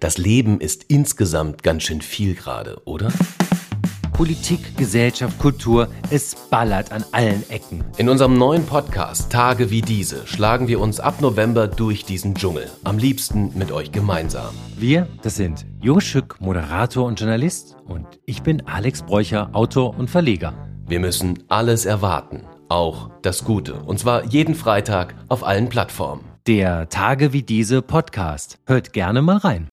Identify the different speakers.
Speaker 1: Das Leben ist insgesamt ganz schön viel gerade, oder?
Speaker 2: Politik, Gesellschaft, Kultur, es ballert an allen Ecken.
Speaker 1: In unserem neuen Podcast Tage wie diese schlagen wir uns ab November durch diesen Dschungel. Am liebsten mit euch gemeinsam.
Speaker 2: Wir, das sind Jo Schück, Moderator und Journalist und ich bin Alex Bräucher, Autor und Verleger.
Speaker 1: Wir müssen alles erwarten, auch das Gute. Und zwar jeden Freitag auf allen Plattformen.
Speaker 2: Der Tage wie diese Podcast. Hört gerne mal rein.